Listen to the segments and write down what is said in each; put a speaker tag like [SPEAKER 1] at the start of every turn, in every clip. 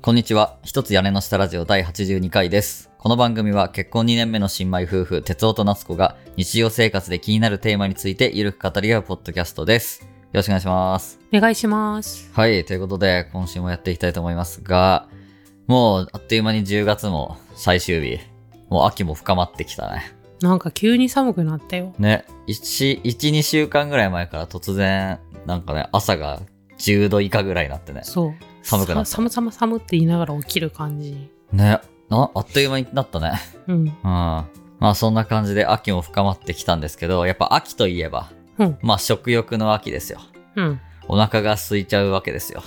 [SPEAKER 1] こんにちは。一つ屋根の下ラジオ第82回です。この番組は結婚2年目の新米夫婦、哲夫と夏子が日常生活で気になるテーマについてゆるく語り合うポッドキャストです。よろしくお願いします。
[SPEAKER 2] お願いします。
[SPEAKER 1] はい。ということで、今週もやっていきたいと思いますが、もうあっという間に10月も最終日。もう秋も深まってきたね。
[SPEAKER 2] なんか急に寒くなったよ。
[SPEAKER 1] ね、1、1、2週間ぐらい前から突然、なんかね、朝が10度以下ぐらいになってね。
[SPEAKER 2] そう。
[SPEAKER 1] 寒くなった
[SPEAKER 2] さ寒寒寒って言いながら起きる感じ。
[SPEAKER 1] ね、なあっという間になったね。
[SPEAKER 2] うん。
[SPEAKER 1] うん。まあそんな感じで秋も深まってきたんですけど、やっぱ秋といえば、
[SPEAKER 2] うん
[SPEAKER 1] まあ食欲の秋ですよ。
[SPEAKER 2] うん。
[SPEAKER 1] お腹が空いちゃうわけですよ。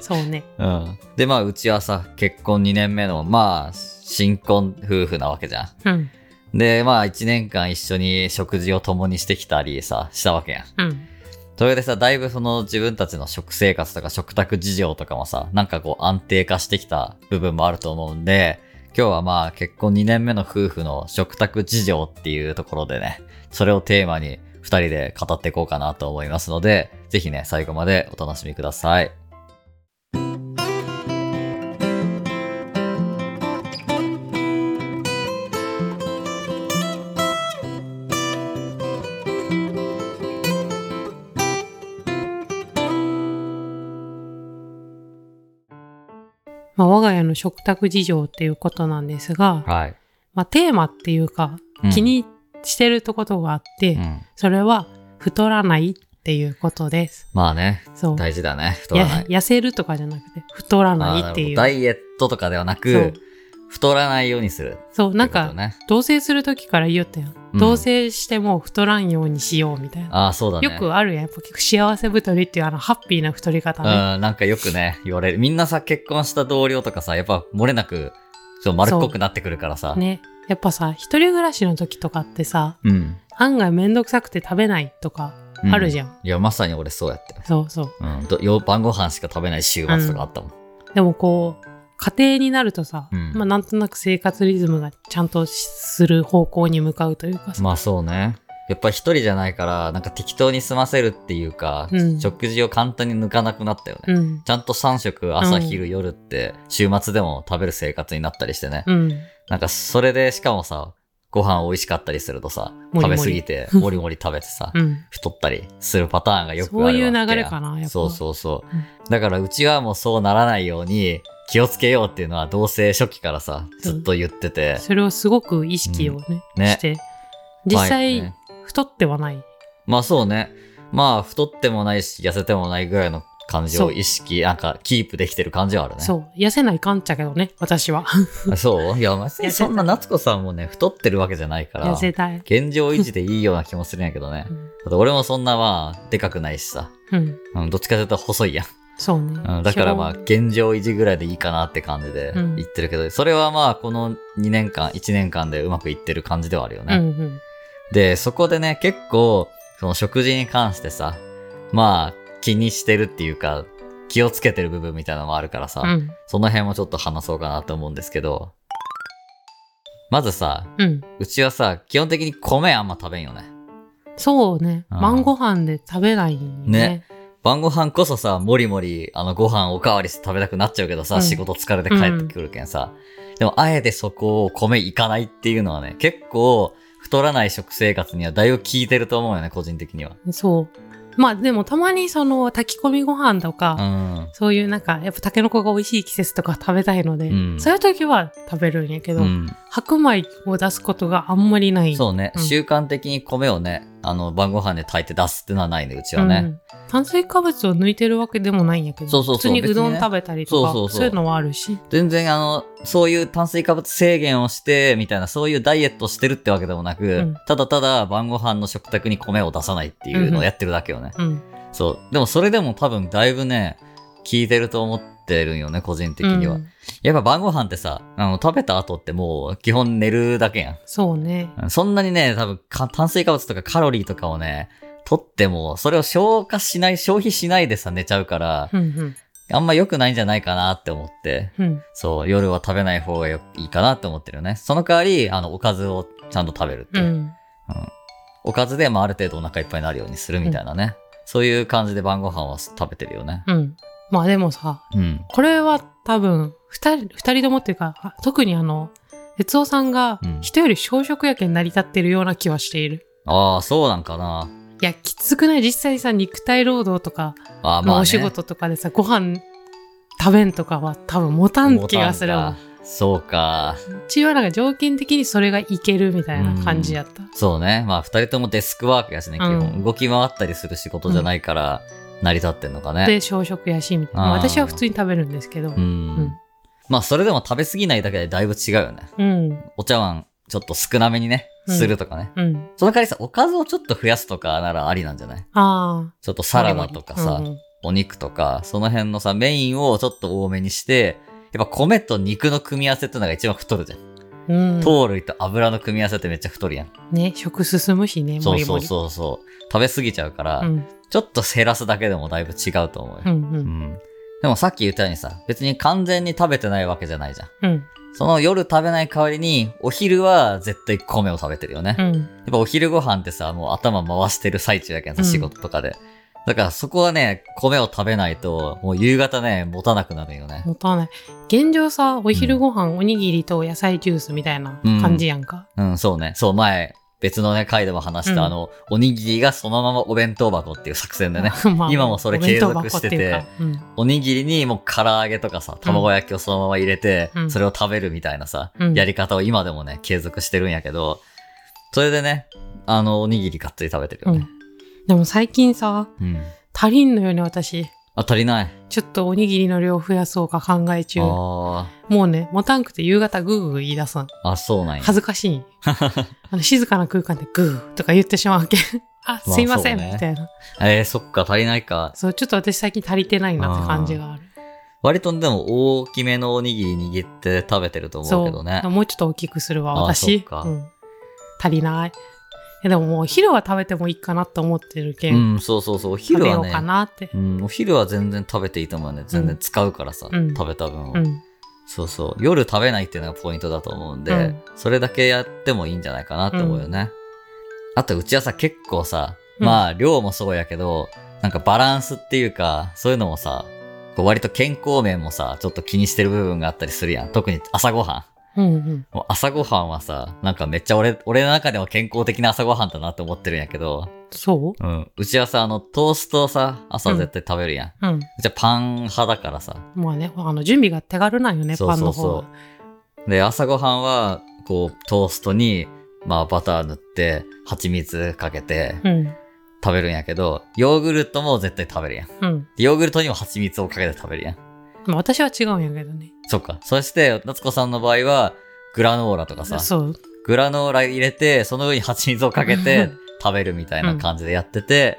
[SPEAKER 2] そうね。
[SPEAKER 1] うん。でまあうちはさ、結婚2年目の、まあ新婚夫婦なわけじゃ
[SPEAKER 2] うん。
[SPEAKER 1] ん。でまあ1年間一緒に食事を共にしてきたりさ、したわけやん。
[SPEAKER 2] うん。
[SPEAKER 1] それでさ、だいぶその自分たちの食生活とか食卓事情とかもさ、なんかこう安定化してきた部分もあると思うんで、今日はまあ結婚2年目の夫婦の食卓事情っていうところでね、それをテーマに2人で語っていこうかなと思いますので、ぜひね、最後までお楽しみください。
[SPEAKER 2] まあ、我が家の食卓事情っていうことなんですが、
[SPEAKER 1] はい。
[SPEAKER 2] まあ、テーマっていうか、
[SPEAKER 1] うん
[SPEAKER 2] 気、にしてるとことがあって、
[SPEAKER 1] うん。
[SPEAKER 2] それは太らないっていうことです。
[SPEAKER 1] まあね、
[SPEAKER 2] そう。
[SPEAKER 1] 大事だね。太らない。
[SPEAKER 2] や痩せるとかじゃなくて、太ら
[SPEAKER 1] あー
[SPEAKER 2] ない
[SPEAKER 1] な
[SPEAKER 2] っ
[SPEAKER 1] る
[SPEAKER 2] て
[SPEAKER 1] ほど
[SPEAKER 2] いう。
[SPEAKER 1] ダイエットとかではな
[SPEAKER 2] そ
[SPEAKER 1] く
[SPEAKER 2] う、
[SPEAKER 1] 太らないようにする。
[SPEAKER 2] そう、なんか、
[SPEAKER 1] ね、
[SPEAKER 2] 同棲するときから言うたやん。
[SPEAKER 1] うん
[SPEAKER 2] 同棲しても太らんようにしようみたいな。
[SPEAKER 1] ああ、そうだね。
[SPEAKER 2] よくあるやん。やっぱ結構幸せ太りっていうあのハッピーな太り方ね。
[SPEAKER 1] うん、なんかよくね、言われる。みんなさ、結婚した同僚とかさ、やっぱ漏れなく、そう、丸っこくなってくるからさ。
[SPEAKER 2] ね。やっぱさ、一人暮らしの時とかってさ、
[SPEAKER 1] うん。
[SPEAKER 2] 案外めんどくさくて食べないとかあるじ
[SPEAKER 1] ゃん。
[SPEAKER 2] ゃん。
[SPEAKER 1] いや、まさに俺そうやって。
[SPEAKER 2] そうそう。
[SPEAKER 1] うん。どよ晩ご飯しか食べない週末とかあったもん。
[SPEAKER 2] でもこう、家庭になるとさ、
[SPEAKER 1] うん
[SPEAKER 2] まあなんとなく生活リズムがちゃんとする方向に向かうというかさ。
[SPEAKER 1] まあそうね。やっぱ一人じゃないから、なんか適当に済ませるっていうか、
[SPEAKER 2] うん
[SPEAKER 1] 食事を簡単に抜かなくなったよね。
[SPEAKER 2] うん。
[SPEAKER 1] ちゃんと3食、朝、
[SPEAKER 2] うん
[SPEAKER 1] 昼、夜って、週末でも食べる生活になったりしてね。
[SPEAKER 2] うん。
[SPEAKER 1] なんかそれで、しかもさ、ご飯美味しかったりするとさ、
[SPEAKER 2] もりもり
[SPEAKER 1] 食べ過ぎて、もりもり食べてさ、
[SPEAKER 2] うん。
[SPEAKER 1] 太ったりするパターンがよくある
[SPEAKER 2] そうい
[SPEAKER 1] わ
[SPEAKER 2] う
[SPEAKER 1] け
[SPEAKER 2] 流
[SPEAKER 1] や
[SPEAKER 2] れかな、やっぱ。
[SPEAKER 1] そうそうそう、
[SPEAKER 2] うん
[SPEAKER 1] だからうちはもうそうならないように気をつけようっていうのは同棲初期からさ
[SPEAKER 2] そう
[SPEAKER 1] ずっと言ってて、
[SPEAKER 2] それをすごく意識をね、
[SPEAKER 1] うんね
[SPEAKER 2] して。実際、
[SPEAKER 1] まあね
[SPEAKER 2] 太ってはない。
[SPEAKER 1] まあそうねまあ太ってもないし痩せてもないぐらいの感じを意識なんかキープできてる感じはあるね
[SPEAKER 2] そう。痩せないかんちゃけどね、私は。
[SPEAKER 1] あそういや別に
[SPEAKER 2] 痩せた
[SPEAKER 1] そんな夏子さんもね太ってるわけじゃないか
[SPEAKER 2] 痩
[SPEAKER 1] ら
[SPEAKER 2] せたい。
[SPEAKER 1] 現状維持でいいような気もするんやけどね
[SPEAKER 2] うん
[SPEAKER 1] だって俺もそんなまあでかくないしさ、
[SPEAKER 2] うん。
[SPEAKER 1] うん、どっちかというと細いやん
[SPEAKER 2] そうね。
[SPEAKER 1] うん、だからまあ
[SPEAKER 2] 基
[SPEAKER 1] 現状維持ぐらいでいいかなって感じで
[SPEAKER 2] うん
[SPEAKER 1] 言ってるけど、それはまあこの2年間1年間でうまくいってる感じではあるよね、
[SPEAKER 2] 本、うんうん。
[SPEAKER 1] でそこでね結構その食事に関してさまあ気にしてるっていうか気をつけてる部分みたいなのもあるからさ、
[SPEAKER 2] うん。
[SPEAKER 1] その辺もちょっと話そうかなと思うんですけどまずさ
[SPEAKER 2] うん。
[SPEAKER 1] うちはさ基本的に米あんま食べんよね
[SPEAKER 2] そうね。
[SPEAKER 1] うん
[SPEAKER 2] 晩ご飯で食べないね。
[SPEAKER 1] ね晩ご飯こそさ、もりもり、あの、ご飯おかわりして食べたくなっちゃうけどさ、
[SPEAKER 2] うん
[SPEAKER 1] 仕事疲れて帰ってくるけんさ。でも、あえてそこを米いかないっていうのはね、結構、太らない食生活にはだいぶ効いてると思うよね、個人的には。
[SPEAKER 2] そう。まあでもたまにその炊き込みご飯と
[SPEAKER 1] う
[SPEAKER 2] か、
[SPEAKER 1] ん。
[SPEAKER 2] そういうなんか、やっぱタケノコが美味しい季節とか食べたいので、
[SPEAKER 1] うん
[SPEAKER 2] そういう時は食べるんやけど、
[SPEAKER 1] うん、
[SPEAKER 2] 白米を出すことがあんまりない。
[SPEAKER 1] そうね、
[SPEAKER 2] うん
[SPEAKER 1] 習慣的に米をね、あの、晩ご飯で炊いて出すっていうのはないね、うちは
[SPEAKER 2] う
[SPEAKER 1] ね。
[SPEAKER 2] ん炭水化物を抜いてるわけでもないんやけど、
[SPEAKER 1] そうそうそう
[SPEAKER 2] 普通にうどん食べたりとか、
[SPEAKER 1] 別にねそうそうそう
[SPEAKER 2] そういうのはあるし。
[SPEAKER 1] 全然、あの、そういう炭水化物制限をして、みたいな、そういうダイエットしてるってわけでもなく、
[SPEAKER 2] うん
[SPEAKER 1] ただただ晩ご飯の食卓に米を出さないっていうのをやってるだけよね。
[SPEAKER 2] うん。
[SPEAKER 1] そう。でもそれでも多分だいぶね、効いてると思ってるんよね、個人的には。
[SPEAKER 2] うん
[SPEAKER 1] やっぱ晩ご飯ってさ、あの、食べた後ってもう基本寝るだけやん
[SPEAKER 2] そうね。
[SPEAKER 1] うん。そんなにね、多分か炭水化物とかカロリーとかをね、取っても、それを消化しない、消費しないでさ、寝ちゃうから、
[SPEAKER 2] うん
[SPEAKER 1] あんま良くないんじゃないかなって思って、
[SPEAKER 2] うん。うん。
[SPEAKER 1] そう、夜は食べない方がよいいかなって思ってるよね。その代わり、あの、おかずをちゃんと食べるって
[SPEAKER 2] う
[SPEAKER 1] いう。
[SPEAKER 2] ん。
[SPEAKER 1] うんおかずで、まあ、ある程度お腹いっぱいになるようにするみたいなね。そういう感じで晩ご飯は食べてるよね。
[SPEAKER 2] うん。まあでもさ、
[SPEAKER 1] うん。
[SPEAKER 2] これは多分、二人、二人ともっていうか、あ特にあの、哲夫さんが
[SPEAKER 1] うん
[SPEAKER 2] 人より小食やけん成り立ってるような気はしている。
[SPEAKER 1] ああ、そうなんかな。
[SPEAKER 2] いや、きつくない実際さ、肉体労働とか、
[SPEAKER 1] ああ、
[SPEAKER 2] ま
[SPEAKER 1] ま
[SPEAKER 2] あ
[SPEAKER 1] あ、ね。
[SPEAKER 2] お仕事とかでさ、ご飯食べんとかは多分持たん気がする
[SPEAKER 1] ボ
[SPEAKER 2] わ
[SPEAKER 1] タンか。そうか。
[SPEAKER 2] うちはなんか条件的にそれがいけるみたいな感じやった。
[SPEAKER 1] そうね。まあ、二人ともデスクワークやしね、基本。
[SPEAKER 2] うん
[SPEAKER 1] 動き回ったりする仕事じゃないから、成り立ってんのかね。
[SPEAKER 2] で、小食やし、みたいな。まあ
[SPEAKER 1] あー
[SPEAKER 2] 私は普通に食べるんですけど。
[SPEAKER 1] うん。
[SPEAKER 2] うん
[SPEAKER 1] まあ、それでも食べ過ぎないだけでだいぶ違うよね。
[SPEAKER 2] うん。
[SPEAKER 1] お茶碗、ちょっと少なめにね、
[SPEAKER 2] うん
[SPEAKER 1] するとかね。
[SPEAKER 2] うん。
[SPEAKER 1] その代わりさ、おかずをちょっと増やすとかならありなんじゃない
[SPEAKER 2] ああ。
[SPEAKER 1] ちょっとサラダとかさ、
[SPEAKER 2] うんうん
[SPEAKER 1] お肉とか、その辺のさ、メインをちょっと多めにして、やっぱ米と肉の組み合わせってのが一番太るじゃん。
[SPEAKER 2] うん。
[SPEAKER 1] 糖類と油の組み合わせってめっちゃ太るやん。
[SPEAKER 2] ね、食進むしね、
[SPEAKER 1] そ
[SPEAKER 2] も
[SPEAKER 1] う
[SPEAKER 2] り
[SPEAKER 1] そ
[SPEAKER 2] も
[SPEAKER 1] う
[SPEAKER 2] り。
[SPEAKER 1] そうそう。食べ過ぎちゃうから、
[SPEAKER 2] うん。
[SPEAKER 1] ちょっと減らすだけでもだいぶ違うと思うよ
[SPEAKER 2] う。んう。
[SPEAKER 1] うんんでもさっき言ったようにさ、別に完全に食べてないわけじゃないじゃん。
[SPEAKER 2] うん。
[SPEAKER 1] その夜食べない代わりに、お昼は絶対米を食べてるよね。
[SPEAKER 2] う
[SPEAKER 1] やっ
[SPEAKER 2] ん。
[SPEAKER 1] ぱお昼ご飯ってさ、もう頭回してる最中やけんさ、
[SPEAKER 2] うん
[SPEAKER 1] 仕事とかで。だからそこはね、米を食べないと、もう夕方ね、持たなくなるよね。
[SPEAKER 2] 持たない。現状さ、お昼ご飯、おにぎりと野菜ジュースみたいな感じやんか。
[SPEAKER 1] うん、そうね。そう、前、別のね、回でも話した、
[SPEAKER 2] うん
[SPEAKER 1] あの、おにぎりがそのままお弁当箱っていう作戦でね、
[SPEAKER 2] まあ
[SPEAKER 1] 今もそれ継続してて
[SPEAKER 2] お弁当箱っていうか
[SPEAKER 1] おにぎりにもう唐揚げとかさ、卵焼きをそのまま入れて、
[SPEAKER 2] うん
[SPEAKER 1] それを食べるみたいなさ、
[SPEAKER 2] うん
[SPEAKER 1] やり方を今でもね、継続してるんやけど、それでね、あの、おにぎりがっつり食べてる
[SPEAKER 2] う
[SPEAKER 1] よ
[SPEAKER 2] ん。う
[SPEAKER 1] ね
[SPEAKER 2] ん。。でも最近さ、
[SPEAKER 1] うん。
[SPEAKER 2] 足りんのよね、私。
[SPEAKER 1] あ、足りない。
[SPEAKER 2] ちょっとおにぎりの量増やそうか考え中。も
[SPEAKER 1] あ
[SPEAKER 2] うね、持たんくて夕方グーグー言い出すん。
[SPEAKER 1] あ、あ、そうなんや。
[SPEAKER 2] 恥ずかし い。あの静かな空間でグーとか言ってしまうけん。あ、
[SPEAKER 1] まあ
[SPEAKER 2] すいません、
[SPEAKER 1] そうね
[SPEAKER 2] みたいな。
[SPEAKER 1] えー、そっか、足りないか。
[SPEAKER 2] そう、ちょっと私最近足りてないなって感じがある。
[SPEAKER 1] 割とでも大きめのおにぎり握って食べてると思
[SPEAKER 2] そうう
[SPEAKER 1] けどね。
[SPEAKER 2] もうちょっと大きくするわ、
[SPEAKER 1] あそっ
[SPEAKER 2] 私。
[SPEAKER 1] か
[SPEAKER 2] うん足りない。えでももう昼は食べてもいいかなと思ってるけん。
[SPEAKER 1] うん、そうそうそう。お
[SPEAKER 2] 食
[SPEAKER 1] 昼
[SPEAKER 2] べ
[SPEAKER 1] は
[SPEAKER 2] よう
[SPEAKER 1] ね、
[SPEAKER 2] かなって。
[SPEAKER 1] うん、お昼は全然食べていいと思うね。全然使うからさ、
[SPEAKER 2] うん
[SPEAKER 1] 食べた分を、
[SPEAKER 2] うん。
[SPEAKER 1] そうそう。夜食べないっていうのがポイントだと思うんで、
[SPEAKER 2] うん
[SPEAKER 1] それだけやってもいいんじゃないかなって思うよね。あと、うちはさ、結構さ、
[SPEAKER 2] うん
[SPEAKER 1] まあ、量もそうやけど、なんかバランスっていうか、そういうのもさ、こう割と健康面もさ、ちょっと気にしてる部分があったりするやん。特に朝ごは
[SPEAKER 2] うんうん。
[SPEAKER 1] ん。もう朝ごはんはさ、なんかめっちゃ俺、俺の中では健康的な朝ごはんだなって思ってるんやけど、
[SPEAKER 2] そ
[SPEAKER 1] うん。うちはさ、あの、トーストをさ、朝絶対食べるやん。
[SPEAKER 2] ううん。
[SPEAKER 1] うちはパン派だからさ。
[SPEAKER 2] まあね、あの準備が手軽なんよね、
[SPEAKER 1] そうそう
[SPEAKER 2] パンの方は。
[SPEAKER 1] で、朝ごはんは、こう、トーストに、まあ、バター塗って、蜂蜜かけて
[SPEAKER 2] うん。
[SPEAKER 1] 食べるんやけど、ヨーグルトも絶対食べるやん。
[SPEAKER 2] うん。
[SPEAKER 1] でヨーグルトにも蜂蜜をかけて食べるやん。
[SPEAKER 2] まあ私は違うんやけどね。
[SPEAKER 1] そっか。そして、夏子さんの場合は、グラノーラとかさ、
[SPEAKER 2] そう。
[SPEAKER 1] グラノーラ入れて、その上に蜂蜜をかけ て食べるみたいな感じでやってて、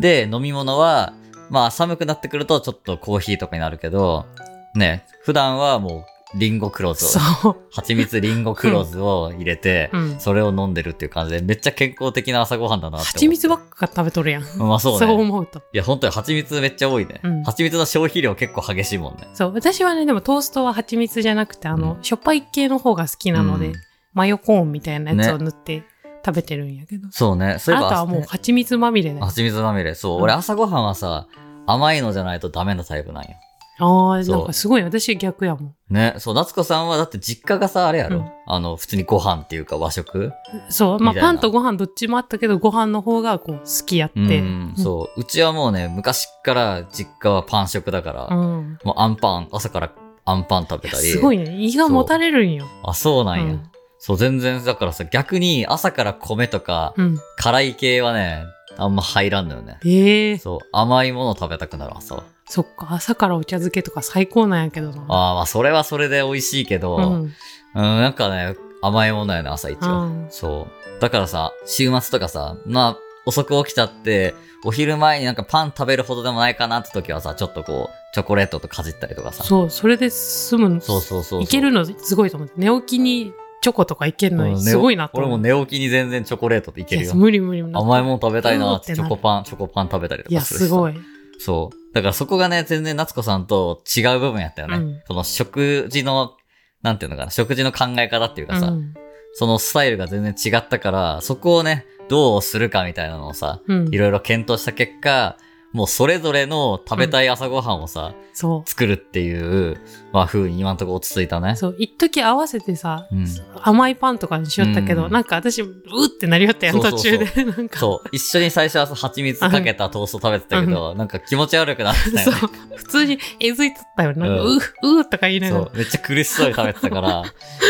[SPEAKER 1] で、飲み物は、まあ、寒くなってくるとちょっとコーヒーとかになるけど、ね、普段はもう、リンゴクローズを
[SPEAKER 2] そう。
[SPEAKER 1] 蜂蜜リンゴクローズを入れて、
[SPEAKER 2] うん。
[SPEAKER 1] それを飲んでるっていう感じで、めっちゃ健康的な朝ごはんだなって思う。
[SPEAKER 2] 蜂蜜ばっか食べとるやん。
[SPEAKER 1] まあそうね。
[SPEAKER 2] 思うと。
[SPEAKER 1] いや、本当に蜂蜜めっちゃ多いね。
[SPEAKER 2] うん
[SPEAKER 1] 蜂蜜の消費量結構激しいもんね。
[SPEAKER 2] そう。私はね、でもトーストは蜂蜜じゃなくて、あの、
[SPEAKER 1] う
[SPEAKER 2] しょっぱい系の方が好きなので、
[SPEAKER 1] うん
[SPEAKER 2] マヨコーンみたいなやつを塗って食べてるんやけど。
[SPEAKER 1] そうね。そうい
[SPEAKER 2] あ
[SPEAKER 1] えば、
[SPEAKER 2] とはもう蜂蜜まみれだよ。
[SPEAKER 1] 蜂蜜まみれ。そう、
[SPEAKER 2] うん
[SPEAKER 1] 俺朝ごはんはさ、甘いのじゃないとダメなタイプなんよ。
[SPEAKER 2] ああ、
[SPEAKER 1] そう
[SPEAKER 2] なんかすごい。私逆やもん。
[SPEAKER 1] ね。そう、夏子さんはだって実家がさ、あれやろ。
[SPEAKER 2] うん
[SPEAKER 1] あの、普通にご飯っていうか和食
[SPEAKER 2] そう。まあ、
[SPEAKER 1] みたいな
[SPEAKER 2] パンとご飯どっちもあったけど、ご飯の方がこう、好きやって。
[SPEAKER 1] うん、そう。うちはもうね、昔から実家はパン食だから、
[SPEAKER 2] うん。
[SPEAKER 1] もうアンパン、朝からアンパン食べ
[SPEAKER 2] いや
[SPEAKER 1] たり。
[SPEAKER 2] すごいね。胃がもたれるんよ。
[SPEAKER 1] あ、そうなんや。
[SPEAKER 2] うん
[SPEAKER 1] そう、全然、だからさ、逆に朝から米とか、
[SPEAKER 2] うん。
[SPEAKER 1] 辛い系はね、あんま入らんのよね。
[SPEAKER 2] ええ
[SPEAKER 1] そう、甘いもの食べたくなる朝は。
[SPEAKER 2] そっか。朝からお茶漬けとか最高なんやけどな。
[SPEAKER 1] ああ、まあ、それはそれで美味しいけど、
[SPEAKER 2] う
[SPEAKER 1] うん、
[SPEAKER 2] ん。
[SPEAKER 1] なんかね、甘いものやね、朝一
[SPEAKER 2] う
[SPEAKER 1] 応。
[SPEAKER 2] ん。
[SPEAKER 1] そう。だからさ、週末とかさ、まあ、遅く起きちゃって、お昼前になんかパン食べるほどでもないかなって時はさ、ちょっとこう、チョコレートとかじったりとかさ。
[SPEAKER 2] そう、それで済むの。
[SPEAKER 1] そうそうそうそう。
[SPEAKER 2] いけるのすごいと思って。寝起きにチョコとかいけるの
[SPEAKER 1] うん
[SPEAKER 2] にすごいなと
[SPEAKER 1] 俺
[SPEAKER 2] 思
[SPEAKER 1] も
[SPEAKER 2] って。
[SPEAKER 1] 寝起きに全然チョコレートっていける
[SPEAKER 2] い
[SPEAKER 1] よ
[SPEAKER 2] や。無理無理。
[SPEAKER 1] 甘いもの食べたいなって、
[SPEAKER 2] うーってなる
[SPEAKER 1] チョコパン、チョコパン食べたりと
[SPEAKER 2] いや、
[SPEAKER 1] かするしさ
[SPEAKER 2] すごい。
[SPEAKER 1] そう。だからそこがね、全然夏子さんと違う部分やったよね。
[SPEAKER 2] うん
[SPEAKER 1] その食事の、なんていうのかな、食事の考え方っていうかさ、
[SPEAKER 2] うん。
[SPEAKER 1] そのスタイルが全然違ったから、そこをね、どうするかみたいなのをさ、
[SPEAKER 2] うん
[SPEAKER 1] いろいろ検討した結果、もうそれぞれの食べたい朝ごはんをさ、
[SPEAKER 2] そ
[SPEAKER 1] 作るっていう、まあ、風に今んとこ落ち着いたね
[SPEAKER 2] う。。そう一時合わせてさ、
[SPEAKER 1] うん
[SPEAKER 2] 甘いパンとかにしよったけど、
[SPEAKER 1] うん
[SPEAKER 2] なんか私うってなりよったやん
[SPEAKER 1] そう
[SPEAKER 2] 途
[SPEAKER 1] そうそ
[SPEAKER 2] 中
[SPEAKER 1] う
[SPEAKER 2] でなんか
[SPEAKER 1] そう。一緒に最初はさ蜂蜜かけたトースト食べてたけど、なんか気持ち悪くなってたよね。
[SPEAKER 2] そう普通にえずいとったよなんか、う
[SPEAKER 1] うん
[SPEAKER 2] ううとか言いなが
[SPEAKER 1] そ
[SPEAKER 2] ら
[SPEAKER 1] う、めっちゃ苦しそうに食べてた から、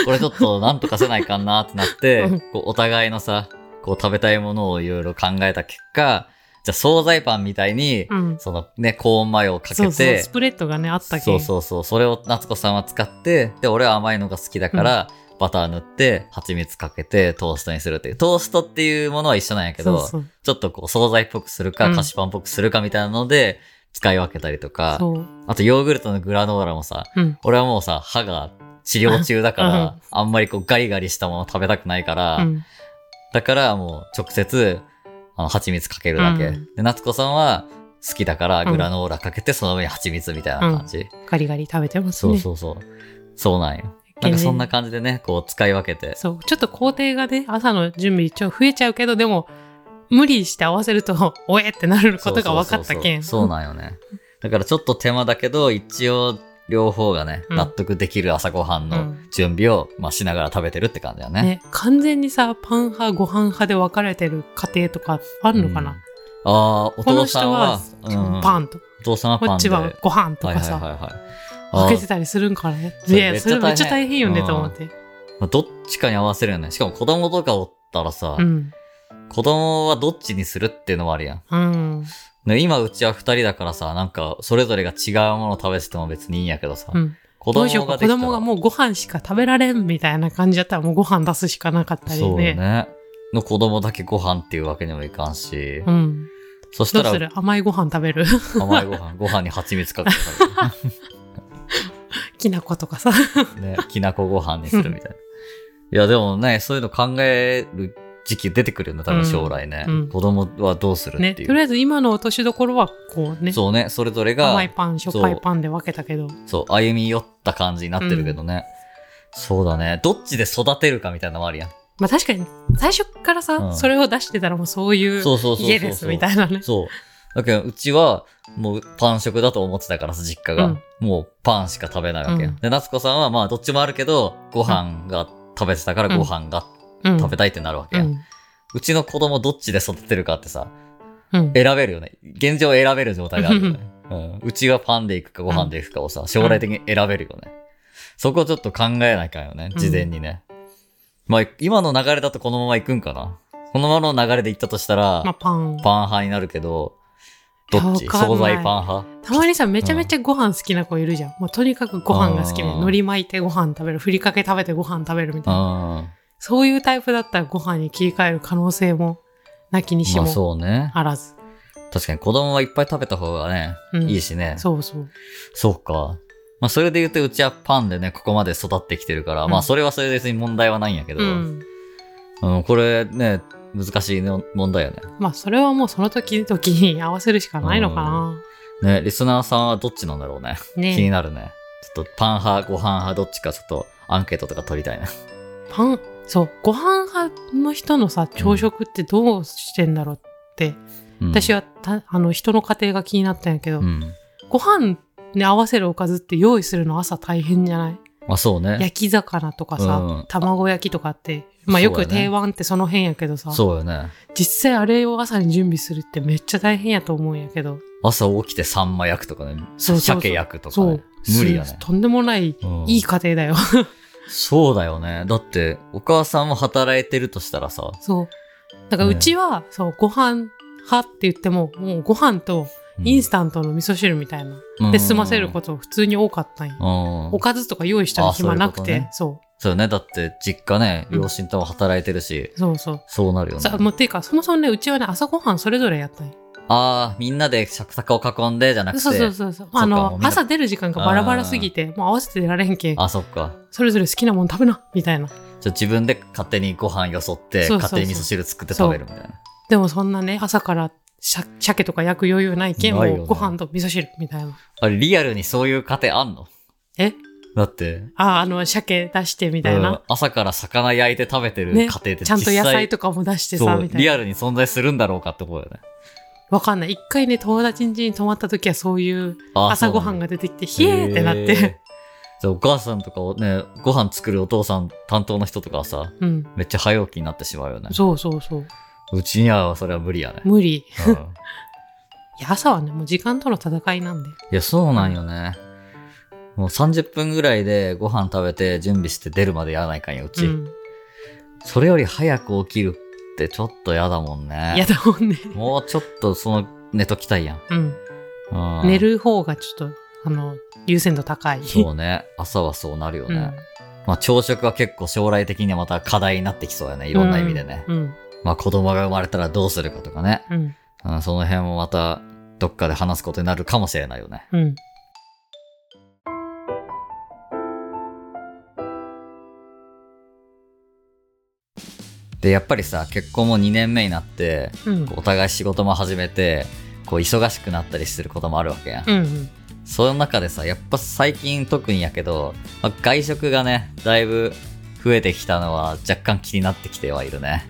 [SPEAKER 1] これちょっとなんとかせないかなってなって
[SPEAKER 2] うん、
[SPEAKER 1] こうお互いのさ、こう食べたいものをいろいろ考えた結果、じゃあ惣菜パンみたいに、
[SPEAKER 2] うん
[SPEAKER 1] そのね、コーンマヨをかけて、
[SPEAKER 2] そうそうスプレッドがねあったけん
[SPEAKER 1] そうそうそうそれを夏子さんは使って、で、俺は甘いのが好きだから、バター塗って、蜂蜜かけて、トーストにするっていう。トーストっていうものは一緒なんやけど、
[SPEAKER 2] そうそう
[SPEAKER 1] ちょっとこう、惣菜っぽくするか、
[SPEAKER 2] うん
[SPEAKER 1] 菓子パンっぽくするかみたいなので、使い分けたりとか、
[SPEAKER 2] そう
[SPEAKER 1] あとヨーグルトのグラノーラもさ、
[SPEAKER 2] うん
[SPEAKER 1] 俺はもうさ、歯が治療中だか
[SPEAKER 2] う
[SPEAKER 1] ら
[SPEAKER 2] ん、
[SPEAKER 1] あんまりこうガリガリしたもの食べたくないから、
[SPEAKER 2] うん
[SPEAKER 1] だからもう直接、あの、蜂蜜かけるだけ。
[SPEAKER 2] うん
[SPEAKER 1] で、夏子さんは好きだから
[SPEAKER 2] うん
[SPEAKER 1] グラノーラかけて、その上に蜂蜜みたいな感じ。
[SPEAKER 2] ガリガリ食べてます
[SPEAKER 1] そう
[SPEAKER 2] ね
[SPEAKER 1] そうそう。そうなんよ。なんかそんな感じでね、こう使い分けて。
[SPEAKER 2] そうちょっと工程がね朝の準備ちょっと増えちゃうけどでも無理して合わせると おえってなることが分かったけん
[SPEAKER 1] そうそうそうそうなんよね。だからちょっと手間だけど、一応両方がね、
[SPEAKER 2] うん
[SPEAKER 1] 納得できる朝ごはん
[SPEAKER 2] う
[SPEAKER 1] の
[SPEAKER 2] ん
[SPEAKER 1] 準備を、まあ、しながら食べてるって感じだよね。
[SPEAKER 2] ね、完全にさパン派ご飯派で分かれてる家庭とかあるのかな、
[SPEAKER 1] うんああ、お
[SPEAKER 2] この
[SPEAKER 1] 父
[SPEAKER 2] 人
[SPEAKER 1] さんは
[SPEAKER 2] は、パ
[SPEAKER 1] ン。
[SPEAKER 2] ンと、
[SPEAKER 1] お父さんは
[SPEAKER 2] こ
[SPEAKER 1] パン
[SPEAKER 2] っ
[SPEAKER 1] で。
[SPEAKER 2] ちはご飯と
[SPEAKER 1] はい
[SPEAKER 2] か
[SPEAKER 1] はい
[SPEAKER 2] さ、
[SPEAKER 1] はいはい。あ
[SPEAKER 2] 分けて
[SPEAKER 1] ー
[SPEAKER 2] たりするんからね
[SPEAKER 1] そ
[SPEAKER 2] い
[SPEAKER 1] れ
[SPEAKER 2] やそれめ
[SPEAKER 1] め
[SPEAKER 2] っ
[SPEAKER 1] っち
[SPEAKER 2] ちゃ
[SPEAKER 1] ゃ
[SPEAKER 2] 大
[SPEAKER 1] 大
[SPEAKER 2] 変
[SPEAKER 1] 変
[SPEAKER 2] よね
[SPEAKER 1] うん
[SPEAKER 2] と思って
[SPEAKER 1] まあどっちかに合わせるよね。しかも子供とかおったらさ、
[SPEAKER 2] うん
[SPEAKER 1] 子供はどっちにするっていうのもあるやん。
[SPEAKER 2] うん
[SPEAKER 1] ね今うちは二人だからさ、なんかそれぞれが違うものを食べてても別にいいんやけどさ、
[SPEAKER 2] うん
[SPEAKER 1] 子
[SPEAKER 2] ど
[SPEAKER 1] 供
[SPEAKER 2] うしよう
[SPEAKER 1] が
[SPEAKER 2] か
[SPEAKER 1] で
[SPEAKER 2] 子
[SPEAKER 1] きたら
[SPEAKER 2] 供がもうご飯しか食べられんみたいな感じだったらもうご飯出すしかなかったり
[SPEAKER 1] そう
[SPEAKER 2] ね
[SPEAKER 1] ね。の子供だけご飯っていうわけにもいかんし、
[SPEAKER 2] うん、
[SPEAKER 1] そし
[SPEAKER 2] ど
[SPEAKER 1] た
[SPEAKER 2] うす
[SPEAKER 1] ら
[SPEAKER 2] る甘いご飯食べる
[SPEAKER 1] 甘いご飯、ご飯に蜂蜜かけて食
[SPEAKER 2] きな粉とかさ
[SPEAKER 1] べる。ね、きなこご飯にするみたいな。い やでもね、そういうの考える時期出てくるよね、多分将来ね。
[SPEAKER 2] うんうん
[SPEAKER 1] 子供はどうする
[SPEAKER 2] ね、
[SPEAKER 1] ってい
[SPEAKER 2] と
[SPEAKER 1] う。
[SPEAKER 2] りあえず今の落としどころはこうね
[SPEAKER 1] そうね、それぞれが
[SPEAKER 2] 甘いパンしょっぱいパンで分けたけど
[SPEAKER 1] そう、歩み寄った感じになってるけどね。そうだね。どっちで育てるかみたいなのもあるやん。
[SPEAKER 2] まあ確かに最初からさ、
[SPEAKER 1] うん
[SPEAKER 2] それを出してたらもうそういう
[SPEAKER 1] そうそうそうそうそう。
[SPEAKER 2] 家ですみたいなね
[SPEAKER 1] そう。だけど、うちは、もうパン食だと思ってたからさ、実家が。
[SPEAKER 2] うん
[SPEAKER 1] もうパンしか食べないわけよ、
[SPEAKER 2] うん
[SPEAKER 1] で、夏子さんはまあ、どっちもあるけど、ご飯が食べてたから
[SPEAKER 2] うん
[SPEAKER 1] ご飯が
[SPEAKER 2] うん
[SPEAKER 1] 食べたいってなるわけ
[SPEAKER 2] う
[SPEAKER 1] よ、うんちの子供どっちで育てるかってさ、
[SPEAKER 2] うん
[SPEAKER 1] 選べるよね。現状選べる状態があるよね。うん、うちはパンでいくかご飯でいくかをさ、将来的に選べるよね。そこをちょっと考えなきゃよね、事前にね。まあ、今の流れだとこのまま行くんかな。このままの流れで行ったとしたら、
[SPEAKER 2] まあパン
[SPEAKER 1] パン派になるけど、どっち
[SPEAKER 2] わかんない
[SPEAKER 1] 惣菜パン派
[SPEAKER 2] たまにさめちゃめちゃご飯好きな子いるじゃん、もうとにかくご飯が好きで
[SPEAKER 1] あー
[SPEAKER 2] 海苔巻いてご飯食べるふりかけ食べてご飯食べるみたいな
[SPEAKER 1] うん。
[SPEAKER 2] そういうタイプだったらご飯に切り替える可能性もなきにし
[SPEAKER 1] まあ
[SPEAKER 2] も
[SPEAKER 1] そうね。
[SPEAKER 2] あらず、
[SPEAKER 1] 確かに子供はいっぱい食べた方がね、
[SPEAKER 2] うん
[SPEAKER 1] いいしね。
[SPEAKER 2] そうそう
[SPEAKER 1] そうか。まあそれで言うとうちはパンでね、ここまで育ってきてるから、
[SPEAKER 2] うん
[SPEAKER 1] まあそれはそれで別に問題はないんやけど、
[SPEAKER 2] う
[SPEAKER 1] うん、
[SPEAKER 2] ん
[SPEAKER 1] これね、難しいの問題よね。
[SPEAKER 2] まあそれはもうその時々に合わせるしかないのかな、
[SPEAKER 1] ね、リスナーさんはどっちなんだろうね。気に
[SPEAKER 2] ね
[SPEAKER 1] なるね。ちょっとパン派、ご飯派、どっちかちょっとアンケートとか取りたいね。
[SPEAKER 2] パンそうご飯派の人のさ朝食ってどうしてんだろうって、
[SPEAKER 1] うん、
[SPEAKER 2] 私
[SPEAKER 1] は。
[SPEAKER 2] はたあの人の家庭が気になったんやけど、
[SPEAKER 1] うん。
[SPEAKER 2] ご飯に合わせるおかずって用意するの朝大変じゃない
[SPEAKER 1] まあそうね。
[SPEAKER 2] 焼き魚とかさ、
[SPEAKER 1] うん
[SPEAKER 2] 卵焼きとかって、まあ、
[SPEAKER 1] そ
[SPEAKER 2] よ
[SPEAKER 1] うだね
[SPEAKER 2] く定番ってその辺やけどさ、
[SPEAKER 1] そうよね。
[SPEAKER 2] 実際あれを朝に準備するってめっちゃ大変やと思うんやけど
[SPEAKER 1] 朝起きてサンマ焼くとかね、
[SPEAKER 2] そうそうそう
[SPEAKER 1] 鮭焼くとか
[SPEAKER 2] そ
[SPEAKER 1] ね、
[SPEAKER 2] う
[SPEAKER 1] 無理だ
[SPEAKER 2] す
[SPEAKER 1] ね。
[SPEAKER 2] とんでもない、
[SPEAKER 1] うん
[SPEAKER 2] いい家庭だよ
[SPEAKER 1] そうだよね。だって、お母さんも働いてるとしたらさ、
[SPEAKER 2] そうだからうちは、そうご飯派って言ってももうご飯とインスタントの味噌汁みたいな、
[SPEAKER 1] タ。
[SPEAKER 2] で済ませることと普通に多かったんや、
[SPEAKER 1] うん
[SPEAKER 2] お。かずとか用意したら暇なくて
[SPEAKER 1] あ
[SPEAKER 2] そ
[SPEAKER 1] そうよね。だって、実家ね、
[SPEAKER 2] うん
[SPEAKER 1] 両親とも働いてるし、
[SPEAKER 2] うそうそう
[SPEAKER 1] そうなるよね
[SPEAKER 2] さ。もうていうかそもそもねうちはね朝ごはんそれぞれやったんや
[SPEAKER 1] ああ、みんなで食卓を囲んでじゃなくて。
[SPEAKER 2] そうそうそうそう
[SPEAKER 1] っか
[SPEAKER 2] あ
[SPEAKER 1] も
[SPEAKER 2] の
[SPEAKER 1] うみんな
[SPEAKER 2] 朝出る時間がバラバラすぎてもう合わせて出られへんけん
[SPEAKER 1] あ、そっか。
[SPEAKER 2] それぞれ好きなもの食べなみたいな
[SPEAKER 1] じゃあ自分で勝手にご飯よそって、
[SPEAKER 2] そうそうそう
[SPEAKER 1] 勝手に味噌汁作って食べるみたいな。
[SPEAKER 2] でもそんなね朝からしゃ鮭とか焼く余裕ないけん
[SPEAKER 1] な
[SPEAKER 2] も
[SPEAKER 1] いよね
[SPEAKER 2] うご飯と味噌汁みたいな
[SPEAKER 1] あれ、リアルにそういう家庭あんの
[SPEAKER 2] え
[SPEAKER 1] だって、、
[SPEAKER 2] ああの鮭出してみたいうなん
[SPEAKER 1] 朝から魚焼いて食べてる家
[SPEAKER 2] ね
[SPEAKER 1] 庭って実際、
[SPEAKER 2] ちゃんと野菜とかも出してさ
[SPEAKER 1] そう
[SPEAKER 2] みたい
[SPEAKER 1] リ
[SPEAKER 2] な
[SPEAKER 1] アルに存在するんだろうかってことだよね。
[SPEAKER 2] わかんない。一回ね、友達ん家に泊まった時はそういう
[SPEAKER 1] あ
[SPEAKER 2] 朝ごはんが出てきて、ひえーってなっ。
[SPEAKER 1] そうなんだへー
[SPEAKER 2] て。
[SPEAKER 1] じゃあお母さんとかをね、ご飯作るお父さん担当の人とかはさ、
[SPEAKER 2] うん。
[SPEAKER 1] めっちゃ早起きになってしまうよね。
[SPEAKER 2] そうそうそう。
[SPEAKER 1] うちにはそれは無理やね。
[SPEAKER 2] 無理。
[SPEAKER 1] うん
[SPEAKER 2] いや、朝はね、もう時間との戦いなんで。
[SPEAKER 1] いや、そうなんよね。もう30分ぐらいでご飯食べて準備して出るまでやらないかんよ、う
[SPEAKER 2] う
[SPEAKER 1] ち。
[SPEAKER 2] ん。
[SPEAKER 1] それより早く起きるってちょっと嫌だもんね。
[SPEAKER 2] やだもんね。
[SPEAKER 1] もうちょっとその寝ときたいやん。
[SPEAKER 2] うん。
[SPEAKER 1] うん、
[SPEAKER 2] 寝る方がちょっと、あの、優先度高い。
[SPEAKER 1] そうね。朝はそうなるよ
[SPEAKER 2] う
[SPEAKER 1] ね。
[SPEAKER 2] ん。
[SPEAKER 1] まあ朝食は結構将来的にはまた課題になってきそうやね。いろんな意味でね。
[SPEAKER 2] うん。
[SPEAKER 1] まあ子供が生まれたらどうするかとかね。
[SPEAKER 2] うん。
[SPEAKER 1] うん、その辺もまたどっかで話すことになるかもしれないよね。
[SPEAKER 2] うん。
[SPEAKER 1] で、やっぱりさ、結婚も2年目になって、
[SPEAKER 2] うん。
[SPEAKER 1] こうお互い仕事も始めて、こう忙しくなったりすることもあるわけやん。
[SPEAKER 2] うん。うん。
[SPEAKER 1] その中でさ、やっぱ最近特にやけど、まあ外食がね、だいぶ増えてきたのは若干気になってきてはいるね。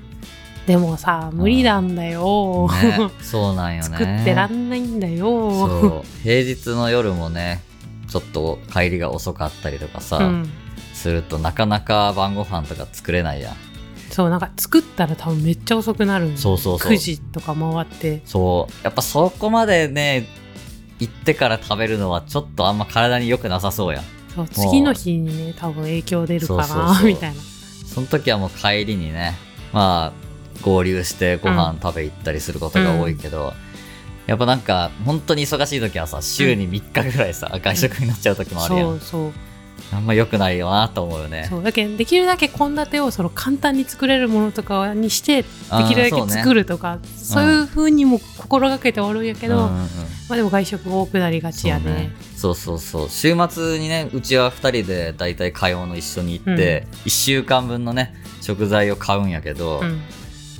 [SPEAKER 2] でもさ、無理なんだよ。
[SPEAKER 1] ねそうなんよね。
[SPEAKER 2] 作ってらんないんだよ。
[SPEAKER 1] そう。平日の夜もね、ちょっと帰りが遅かったりとかさ、
[SPEAKER 2] うん。
[SPEAKER 1] するとなかなか晩ご飯とか作れないやん。
[SPEAKER 2] そう、なんか作ったら多分めっちゃ遅くなるんで
[SPEAKER 1] そうそうそう
[SPEAKER 2] 9時とか回って。
[SPEAKER 1] そう。やっぱそこまでね、行ってから食べるのはちょっとあんま体に良くなさそうやん。
[SPEAKER 2] そう、次の日にね、多分影響出るか
[SPEAKER 1] そうそう
[SPEAKER 2] な、
[SPEAKER 1] そう
[SPEAKER 2] みたいな。
[SPEAKER 1] その時はもう帰りにね、まあ、合流してご飯食べ行ったりすることが多いけど、やっぱなんか、本当に忙しい時はさ、週に3日ぐらいさ、外食になっちゃう時もあるや。
[SPEAKER 2] そうんそう。
[SPEAKER 1] あんま良くないよなと思うよね。
[SPEAKER 2] そうだけどできるだけ献立をその簡単に作れるものとかにしてで
[SPEAKER 1] あー
[SPEAKER 2] きるだ
[SPEAKER 1] そう
[SPEAKER 2] け
[SPEAKER 1] ね
[SPEAKER 2] 作るとかそう,、いうふうにも心がけておるんやけど、
[SPEAKER 1] うん
[SPEAKER 2] ま
[SPEAKER 1] うんうん
[SPEAKER 2] あでも外食多くなりがちや
[SPEAKER 1] そう
[SPEAKER 2] ね。
[SPEAKER 1] そうそうそう週末にねうちは2人でだいたい買い物一緒に行って、1週間分のね食材を買うんやけど、
[SPEAKER 2] うん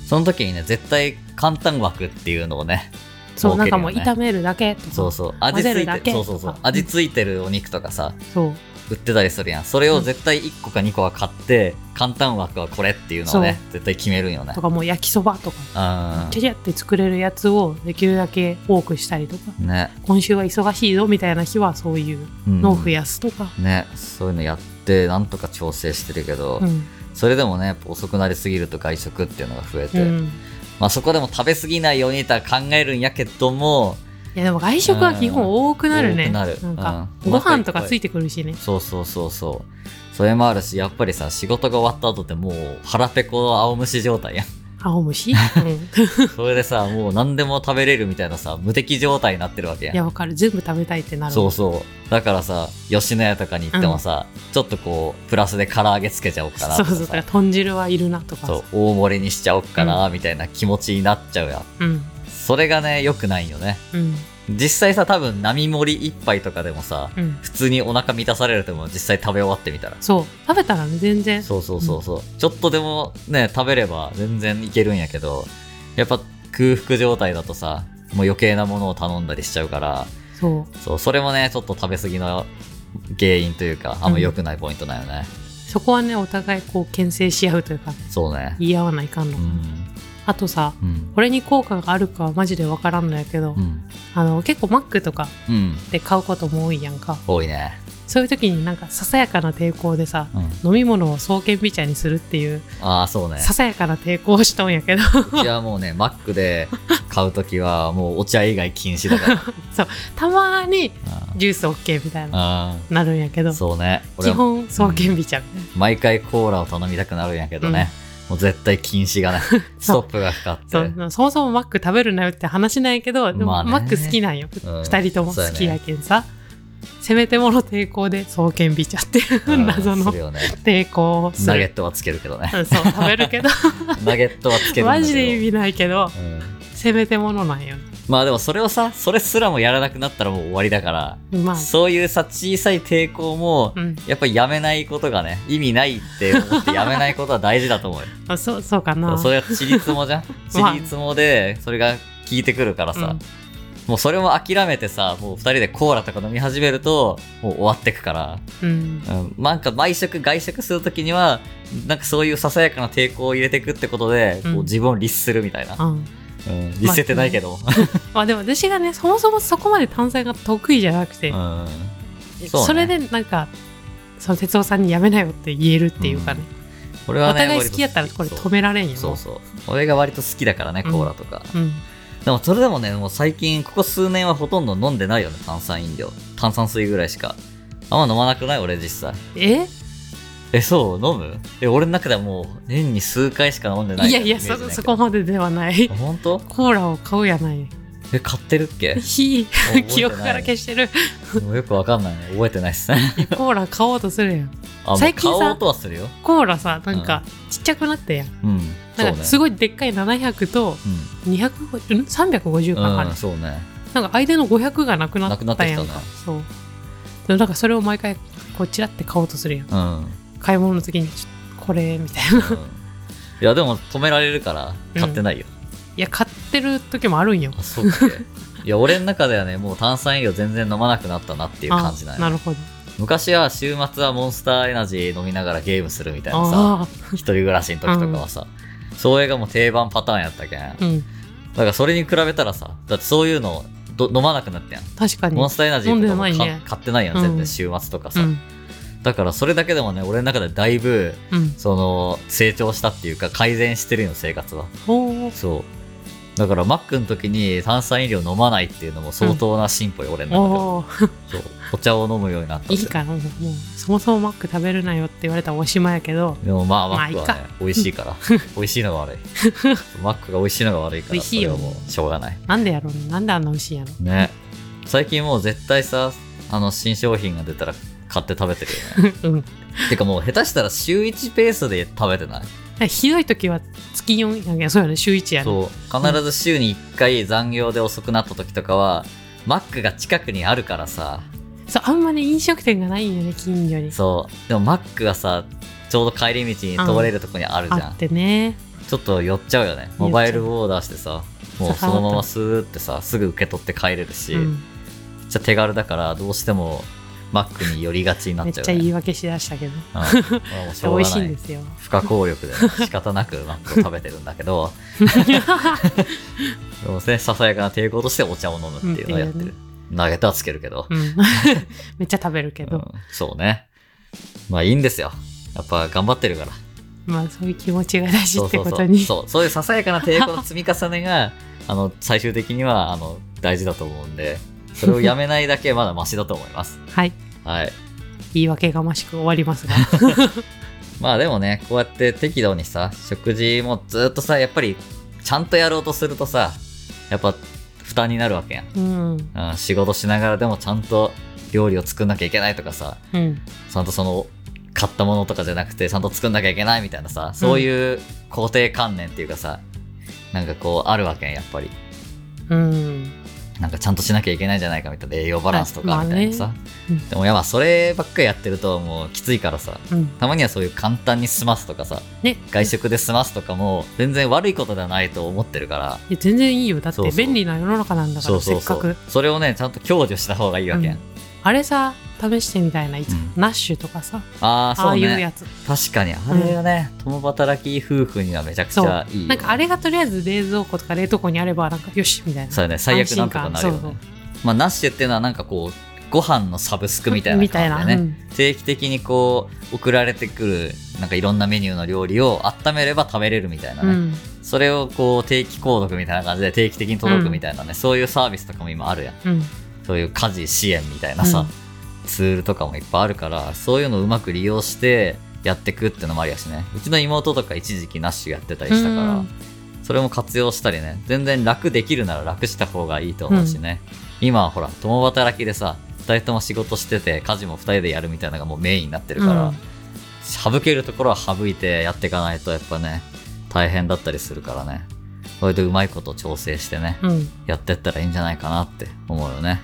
[SPEAKER 1] その時にね絶対簡単枠っていうのをね
[SPEAKER 2] そうなんかもう
[SPEAKER 1] 設けるよ
[SPEAKER 2] 炒
[SPEAKER 1] ね
[SPEAKER 2] めるだけとか
[SPEAKER 1] そうそう味
[SPEAKER 2] 混ぜ
[SPEAKER 1] 付
[SPEAKER 2] る
[SPEAKER 1] い
[SPEAKER 2] だ
[SPEAKER 1] て
[SPEAKER 2] け
[SPEAKER 1] そうそうそう
[SPEAKER 2] とか
[SPEAKER 1] 味付いてるお肉とかさ
[SPEAKER 2] そう
[SPEAKER 1] 売ってたりするやんそれを絶対1個か2個は買って簡単枠はこれっていうのをね絶対決めるんよね
[SPEAKER 2] とかもう焼きそばとか
[SPEAKER 1] うん
[SPEAKER 2] ちゃちゃって作れるやつをできるだけ多くしたりとか
[SPEAKER 1] ね、
[SPEAKER 2] 今週は忙しいぞみたいな日はそういう
[SPEAKER 1] うん
[SPEAKER 2] のを増やすとか、
[SPEAKER 1] ねそういうのやってなんとか調整してるけど、
[SPEAKER 2] うん
[SPEAKER 1] それでもねやっぱ遅くなりすぎると外食っていうのが増え
[SPEAKER 2] う
[SPEAKER 1] て、
[SPEAKER 2] ん、い
[SPEAKER 1] まあ、そこでも食べ過ぎないようにとは考えるんやけども
[SPEAKER 2] やでも外食は基本多くなる
[SPEAKER 1] 多
[SPEAKER 2] ね
[SPEAKER 1] くなる
[SPEAKER 2] んか
[SPEAKER 1] うん
[SPEAKER 2] ご飯とかついてくるしね
[SPEAKER 1] そうそうそうそうそれもあるしやっぱりさ仕事が終わった後ってもう腹ペコ青虫状態やん
[SPEAKER 2] 青虫、うん
[SPEAKER 1] それでさもう何でも食べれるみたいなさ無敵状態になってるわけやん
[SPEAKER 2] いやわかる全部食べたいってなる
[SPEAKER 1] そうそうだからさ吉野家とかに行ってもさ、ちょっとこうプラスで唐揚げつけちゃおうかなと
[SPEAKER 2] そう
[SPEAKER 1] かさ
[SPEAKER 2] そうだから豚汁はいるなとか
[SPEAKER 1] そう大盛りにしちゃおうかなみたいな気持ちになっちゃうやん
[SPEAKER 2] うん
[SPEAKER 1] それがね良くないよね
[SPEAKER 2] うん
[SPEAKER 1] 実際さ多分並盛り一杯とかでもさ
[SPEAKER 2] うん
[SPEAKER 1] 普通にお腹満たされるとも実際食べ終わってみたら
[SPEAKER 2] そう食べたらね全然
[SPEAKER 1] そうそうそうそう、ちょっとでもね食べれば全然いけるんやけどやっぱ空腹状態だとさもう余計なものを頼んだりしちゃうから
[SPEAKER 2] そう
[SPEAKER 1] そうそれもねちょっと食べ過ぎの原因というかあんま良くないポイントだよね、
[SPEAKER 2] そこはねお互いこう牽制し合うというか
[SPEAKER 1] そうね
[SPEAKER 2] 言い合わないかんの、
[SPEAKER 1] うん
[SPEAKER 2] あとさ
[SPEAKER 1] うん
[SPEAKER 2] これに効果があるかはマジでわからんのやけど、
[SPEAKER 1] うん
[SPEAKER 2] あの結構マックとか
[SPEAKER 1] うん
[SPEAKER 2] で買うことも多いやんか
[SPEAKER 1] 多いね
[SPEAKER 2] そういう時になんかささやかな抵抗でさ
[SPEAKER 1] うん
[SPEAKER 2] 飲み物を双剣美茶にするっていう
[SPEAKER 1] ああそうね
[SPEAKER 2] ささやかな抵抗をしとんやけど
[SPEAKER 1] うちはもうねマックで買うときはもうお茶以外禁止だから
[SPEAKER 2] たまに
[SPEAKER 1] あ
[SPEAKER 2] ジュース OK みたいな
[SPEAKER 1] あ
[SPEAKER 2] なるんやけど
[SPEAKER 1] そうね
[SPEAKER 2] 基
[SPEAKER 1] は
[SPEAKER 2] 本双剣美茶みたいな、
[SPEAKER 1] 毎回コーラを頼みたくなるんやけどね、もう絶対禁止 がねストップがかかって
[SPEAKER 2] そうそもそもマック食べるなよって話なんやけど、でも
[SPEAKER 1] まあね
[SPEAKER 2] マック好きなんよ、
[SPEAKER 1] うん
[SPEAKER 2] 二人とも好きやけんさ、せめてもの抵抗で双剣美茶っていう
[SPEAKER 1] うん
[SPEAKER 2] 謎の
[SPEAKER 1] するよね
[SPEAKER 2] 抵抗をす
[SPEAKER 1] ナゲ
[SPEAKER 2] る
[SPEAKER 1] ットはつけるけど ね
[SPEAKER 2] うんそう食べ るけど
[SPEAKER 1] ナゲットはつけるんだけど
[SPEAKER 2] マジで意味ないけど
[SPEAKER 1] うん
[SPEAKER 2] せめてものなんよ
[SPEAKER 1] まあでもそれをさそれすらもやらなくなったらもう終わりだから、
[SPEAKER 2] まあ
[SPEAKER 1] そういうさ小さい抵抗も、
[SPEAKER 2] うん
[SPEAKER 1] やっぱりやめないことがね意味ないって思ってやめないことは大事だと 思うよ
[SPEAKER 2] あそうそうか
[SPEAKER 1] そう
[SPEAKER 2] な
[SPEAKER 1] それはちりつも じゃんちりつもでそれが効いてくるからさ、
[SPEAKER 2] うん
[SPEAKER 1] もうそれも諦めてさもう2人でコーラとか飲み始めるともう終わってくから
[SPEAKER 2] うん
[SPEAKER 1] うん、なんか毎食外食するときにはなんかそういうささやかな抵抗を入れていくってことで、
[SPEAKER 2] うん
[SPEAKER 1] こう自分を律するみたいな、
[SPEAKER 2] うん
[SPEAKER 1] うん、律せてないけど。
[SPEAKER 2] まあでも私がねそもそもそこまで単細が得意じゃなくて、
[SPEAKER 1] うん。
[SPEAKER 2] そ
[SPEAKER 1] そうね
[SPEAKER 2] れでなんかその哲夫さんにやめなよって言えるっていうかね、
[SPEAKER 1] 俺
[SPEAKER 2] お
[SPEAKER 1] はね、
[SPEAKER 2] 互い好きやったらこれ止められんよ
[SPEAKER 1] そうそうそう。俺が割と好きだからね、
[SPEAKER 2] うん
[SPEAKER 1] コーラとか。
[SPEAKER 2] うん、
[SPEAKER 1] でもそれでもね、もう最近、ここ数年はほとんど飲んでないよね、炭酸飲料。炭酸水ぐらいしか。あんま飲まなくない俺実際。
[SPEAKER 2] え
[SPEAKER 1] え、そう飲むえ、俺の中ではもう年に数回しか飲んでない
[SPEAKER 2] い
[SPEAKER 1] よ
[SPEAKER 2] や
[SPEAKER 1] うない
[SPEAKER 2] や
[SPEAKER 1] イメー
[SPEAKER 2] そ
[SPEAKER 1] ジだけど
[SPEAKER 2] そこまでではない
[SPEAKER 1] あ本当
[SPEAKER 2] コーラを買うや ない
[SPEAKER 1] え、買ってるっけ
[SPEAKER 2] ひ
[SPEAKER 1] 覚えてない
[SPEAKER 2] 記憶から消してる
[SPEAKER 1] もうよくわかんないね。覚えてないっす ね。
[SPEAKER 2] コーラ買おうとするやん
[SPEAKER 1] あ、もう
[SPEAKER 2] 最近
[SPEAKER 1] 買
[SPEAKER 2] さ
[SPEAKER 1] おうとはするよ。
[SPEAKER 2] コーラさなんかちっちゃくなったやん、
[SPEAKER 1] うん。そうね
[SPEAKER 2] なんか。すごいでっかい700と250ん350
[SPEAKER 1] う
[SPEAKER 2] か
[SPEAKER 1] ん。
[SPEAKER 2] な、
[SPEAKER 1] うん、そうね。
[SPEAKER 2] なんか間の500がなくな
[SPEAKER 1] な
[SPEAKER 2] っ
[SPEAKER 1] くなったてき
[SPEAKER 2] や
[SPEAKER 1] た
[SPEAKER 2] ん
[SPEAKER 1] な。
[SPEAKER 2] そうでもなんかそれを毎回こうちらって買おうとするやん
[SPEAKER 1] うん。
[SPEAKER 2] 買い物の時にちょっとこれみたいな
[SPEAKER 1] うんいやでも止められるから買ってないよ、
[SPEAKER 2] いや買ってる時もあるんよ
[SPEAKER 1] あそうっけいや俺の中ではねもう炭酸飲料全然飲まなくなったなっていう感じなん
[SPEAKER 2] あな
[SPEAKER 1] よ
[SPEAKER 2] るほど
[SPEAKER 1] 昔は週末はモンスターエナジー飲みながらゲームするみたいなさ
[SPEAKER 2] あ
[SPEAKER 1] 一人暮らしの時とかはさ、そういうがもう定番パターンやったけんだ
[SPEAKER 2] あうん
[SPEAKER 1] からそれに比べたらさだってそういうのど飲まなくなったやん
[SPEAKER 2] 確かに
[SPEAKER 1] モンスターエナジーとかも
[SPEAKER 2] 飲んで
[SPEAKER 1] か
[SPEAKER 2] ないね
[SPEAKER 1] 買ってないやん全
[SPEAKER 2] う
[SPEAKER 1] 然
[SPEAKER 2] ん
[SPEAKER 1] 週末とか
[SPEAKER 2] う
[SPEAKER 1] さ、
[SPEAKER 2] ん
[SPEAKER 1] だからそれだけでもね俺の中でだいぶ
[SPEAKER 2] うん
[SPEAKER 1] その成長したっていうか改善してるよ生活は
[SPEAKER 2] ほう
[SPEAKER 1] そう。だから、マックの時に炭酸飲料飲まないっていうのも相当な進歩よ、俺の
[SPEAKER 2] おー
[SPEAKER 1] 中では。そう。お茶を飲むようになったん
[SPEAKER 2] い
[SPEAKER 1] で
[SPEAKER 2] い
[SPEAKER 1] すよ。
[SPEAKER 2] からもうもうそもそもマック食べるなよって言われたらおしまいやけど
[SPEAKER 1] でもまあ、マ
[SPEAKER 2] まあ
[SPEAKER 1] ックはね
[SPEAKER 2] いい、
[SPEAKER 1] 美味しい から。美味しいのが悪い。マックが美味しいのが悪いか
[SPEAKER 2] 美
[SPEAKER 1] ら、
[SPEAKER 2] 味
[SPEAKER 1] そ
[SPEAKER 2] しい
[SPEAKER 1] れ
[SPEAKER 2] よ
[SPEAKER 1] はもうしょうがない。
[SPEAKER 2] なんでやろうねなんであんな美味しいんやろ
[SPEAKER 1] ね。最近もう絶対さ、あの、新商品が出たら買って食べてるよ ね。
[SPEAKER 2] うん
[SPEAKER 1] てかもう、下手したら週1ペースで食べてない
[SPEAKER 2] ひどい時は月4やけどそうやね週1やね
[SPEAKER 1] そう。必ず週に1回残業で遅くなった時とかは、マックが近くにあるからさ、
[SPEAKER 2] そうあんまね飲食店がないんよね近所に
[SPEAKER 1] そうでもマックがさちょうど帰り道に通れるとこにあるじゃ
[SPEAKER 2] あ
[SPEAKER 1] ん、
[SPEAKER 2] ってね
[SPEAKER 1] ちょっと寄っちゃうよねモバイルオーダーしてさもうそのままスーってさすぐ受け取って帰れるし、
[SPEAKER 2] うん
[SPEAKER 1] めっちゃ手軽だからどうしてもマックに寄りがちになっ
[SPEAKER 2] めっ
[SPEAKER 1] ちゃう
[SPEAKER 2] ちゃ
[SPEAKER 1] よね
[SPEAKER 2] 言い訳しだしたけど
[SPEAKER 1] うんこれはもうしょう
[SPEAKER 2] 美
[SPEAKER 1] が
[SPEAKER 2] 味しい
[SPEAKER 1] なんい
[SPEAKER 2] ですよ
[SPEAKER 1] 不可抗力でね、仕方なくマックを食べてるんだけどどうせささやかな抵抗としてお茶を飲むっていうのをやって
[SPEAKER 2] うんって
[SPEAKER 1] る
[SPEAKER 2] い、
[SPEAKER 1] 投げたはつけるけど、
[SPEAKER 2] うん めっちゃ食べるけ
[SPEAKER 1] う
[SPEAKER 2] ど
[SPEAKER 1] んそうねまあいいんですよやっぱ頑張ってるから
[SPEAKER 2] まあそういう気持ちが大事
[SPEAKER 1] そう
[SPEAKER 2] って
[SPEAKER 1] そう
[SPEAKER 2] こ
[SPEAKER 1] そ
[SPEAKER 2] と
[SPEAKER 1] う
[SPEAKER 2] に
[SPEAKER 1] そうそういうささやかな抵抗の積み重ねが あの最終的にはあの大事だと思うんでそれをやめないだけま だマシだと思います
[SPEAKER 2] はい
[SPEAKER 1] はい
[SPEAKER 2] 言い訳がましく終わ りますが
[SPEAKER 1] まあでもねこうやって適度にさ食事もずっとさやっぱりちゃんとやろうとするとさやっぱ負担になるわけやん、
[SPEAKER 2] うん
[SPEAKER 1] うん、仕事しながらでもちゃんと料理を作んなきゃいけないとかさ
[SPEAKER 2] うん
[SPEAKER 1] ちゃんとその買ったものとかじゃなくてちゃんと作んなきゃいけないみたいなさそういう肯定観念っていうかさ、なんかこうあるわけやんやっぱり
[SPEAKER 2] うん
[SPEAKER 1] なんかちゃんとしなきゃいけないんじゃないかみたいな栄養バランスとか
[SPEAKER 2] はい
[SPEAKER 1] みたいなさ、
[SPEAKER 2] まうん
[SPEAKER 1] でもいやまあそればっかりやってるともうきついからさ
[SPEAKER 2] うん
[SPEAKER 1] たまにはそういう簡単に済ますとかさ
[SPEAKER 2] ね
[SPEAKER 1] 外食で済ますとかも全然悪いことではないと思ってるから
[SPEAKER 2] いや全然いいよだっ
[SPEAKER 1] そう
[SPEAKER 2] て
[SPEAKER 1] そう
[SPEAKER 2] 便利な世の中なんだか
[SPEAKER 1] そ
[SPEAKER 2] ら
[SPEAKER 1] うそ
[SPEAKER 2] せ
[SPEAKER 1] う
[SPEAKER 2] っ
[SPEAKER 1] そ
[SPEAKER 2] か
[SPEAKER 1] う
[SPEAKER 2] く
[SPEAKER 1] それをねちゃんと享受した方がいいわけやん、
[SPEAKER 2] うんあれさ試してみたいない
[SPEAKER 1] う
[SPEAKER 2] つか
[SPEAKER 1] ん
[SPEAKER 2] ナッシュとかさ
[SPEAKER 1] ああ
[SPEAKER 2] あ
[SPEAKER 1] そ
[SPEAKER 2] あ
[SPEAKER 1] う
[SPEAKER 2] いう
[SPEAKER 1] ね
[SPEAKER 2] やつ
[SPEAKER 1] 確かにあれよね、共働き夫婦にはめちゃくちゃいいよね、
[SPEAKER 2] なんかあれがとりあえず冷蔵庫とか冷凍庫にあればなんかよしみたいな
[SPEAKER 1] そうやね最悪なんとかなるよね
[SPEAKER 2] 安心感
[SPEAKER 1] まあナッシュっていうのはなんかこうご飯のサブスクみたいな
[SPEAKER 2] み
[SPEAKER 1] 感
[SPEAKER 2] た
[SPEAKER 1] じ
[SPEAKER 2] い
[SPEAKER 1] だ
[SPEAKER 2] な
[SPEAKER 1] よね、
[SPEAKER 2] うん
[SPEAKER 1] 定期的にこう送られてくるなんかいろんなメニューの料理を温めれば食べれるみたいな
[SPEAKER 2] う
[SPEAKER 1] ね、
[SPEAKER 2] ん
[SPEAKER 1] それをこう定期購読みたいな感じで定期的に届くみたいなね、そういうサービスとかも今あるやん
[SPEAKER 2] うん
[SPEAKER 1] そういう家事支援みたいなさ、
[SPEAKER 2] うん
[SPEAKER 1] ツールとかもいっぱいあるからそういうのをうまく利用してやってくってのもありやしねうちの妹とか一時期ナッシュやってたりしたから、
[SPEAKER 2] うん
[SPEAKER 1] それも活用したりね全然楽できるなら楽した方がいいと思うしね、今はほら共働きでさ2人とも仕事してて家事も2人でやるみたいなのがもうメインになってるから、
[SPEAKER 2] うん
[SPEAKER 1] 省けるところは省いてやっていかないとやっぱね大変だったりするからねそれでうまいこと調整してね、
[SPEAKER 2] うん
[SPEAKER 1] やってったらいいんじゃないかなって思うよね。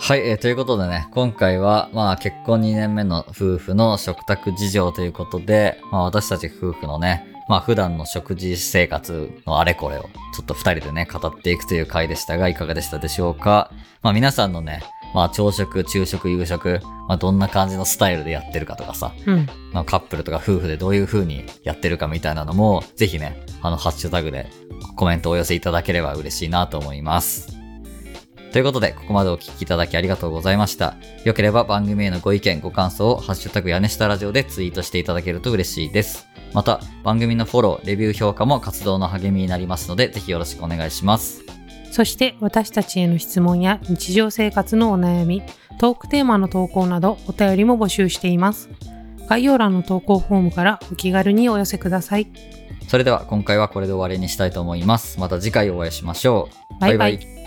[SPEAKER 1] はい、えーということでね、今回は、まあ、結婚2年目の夫婦の食卓事情ということで、まあ、私たち夫婦のね、まあ、普段の食事生活のあれこれを、ちょっと二人でね、語っていくという回でしたが、いかがでしたでしょうかまあ、皆さんのね、まあ朝食、昼食、夕食、まあどんな感じのスタイルでやってるかとかさ、
[SPEAKER 2] うん。
[SPEAKER 1] まあカップルとか夫婦でどういう風にやってるかみたいなのも、ぜひね、あの、ハッシュタグでコメントをお寄せいただければ嬉しいなと思います。ということで、ここまでお聞きいただきありがとうございました。よければ番組へのご意見、ご感想を、ハッシュタグ屋根下ラジオでツイートしていただけると嬉しいです。また、番組のフォロー、レビュー評価も活動の励みになりますので、ぜひよろしくお願いします。
[SPEAKER 2] そして私たちへの質問や日常生活のお悩み、トークテーマの投稿などお便りも募集しています。概要欄の投稿フォームからお気軽にお寄せください。
[SPEAKER 1] それでは、今回はこれで終わりにしたいと思います。また次回お会いしましょう。
[SPEAKER 2] バイバイ
[SPEAKER 1] イ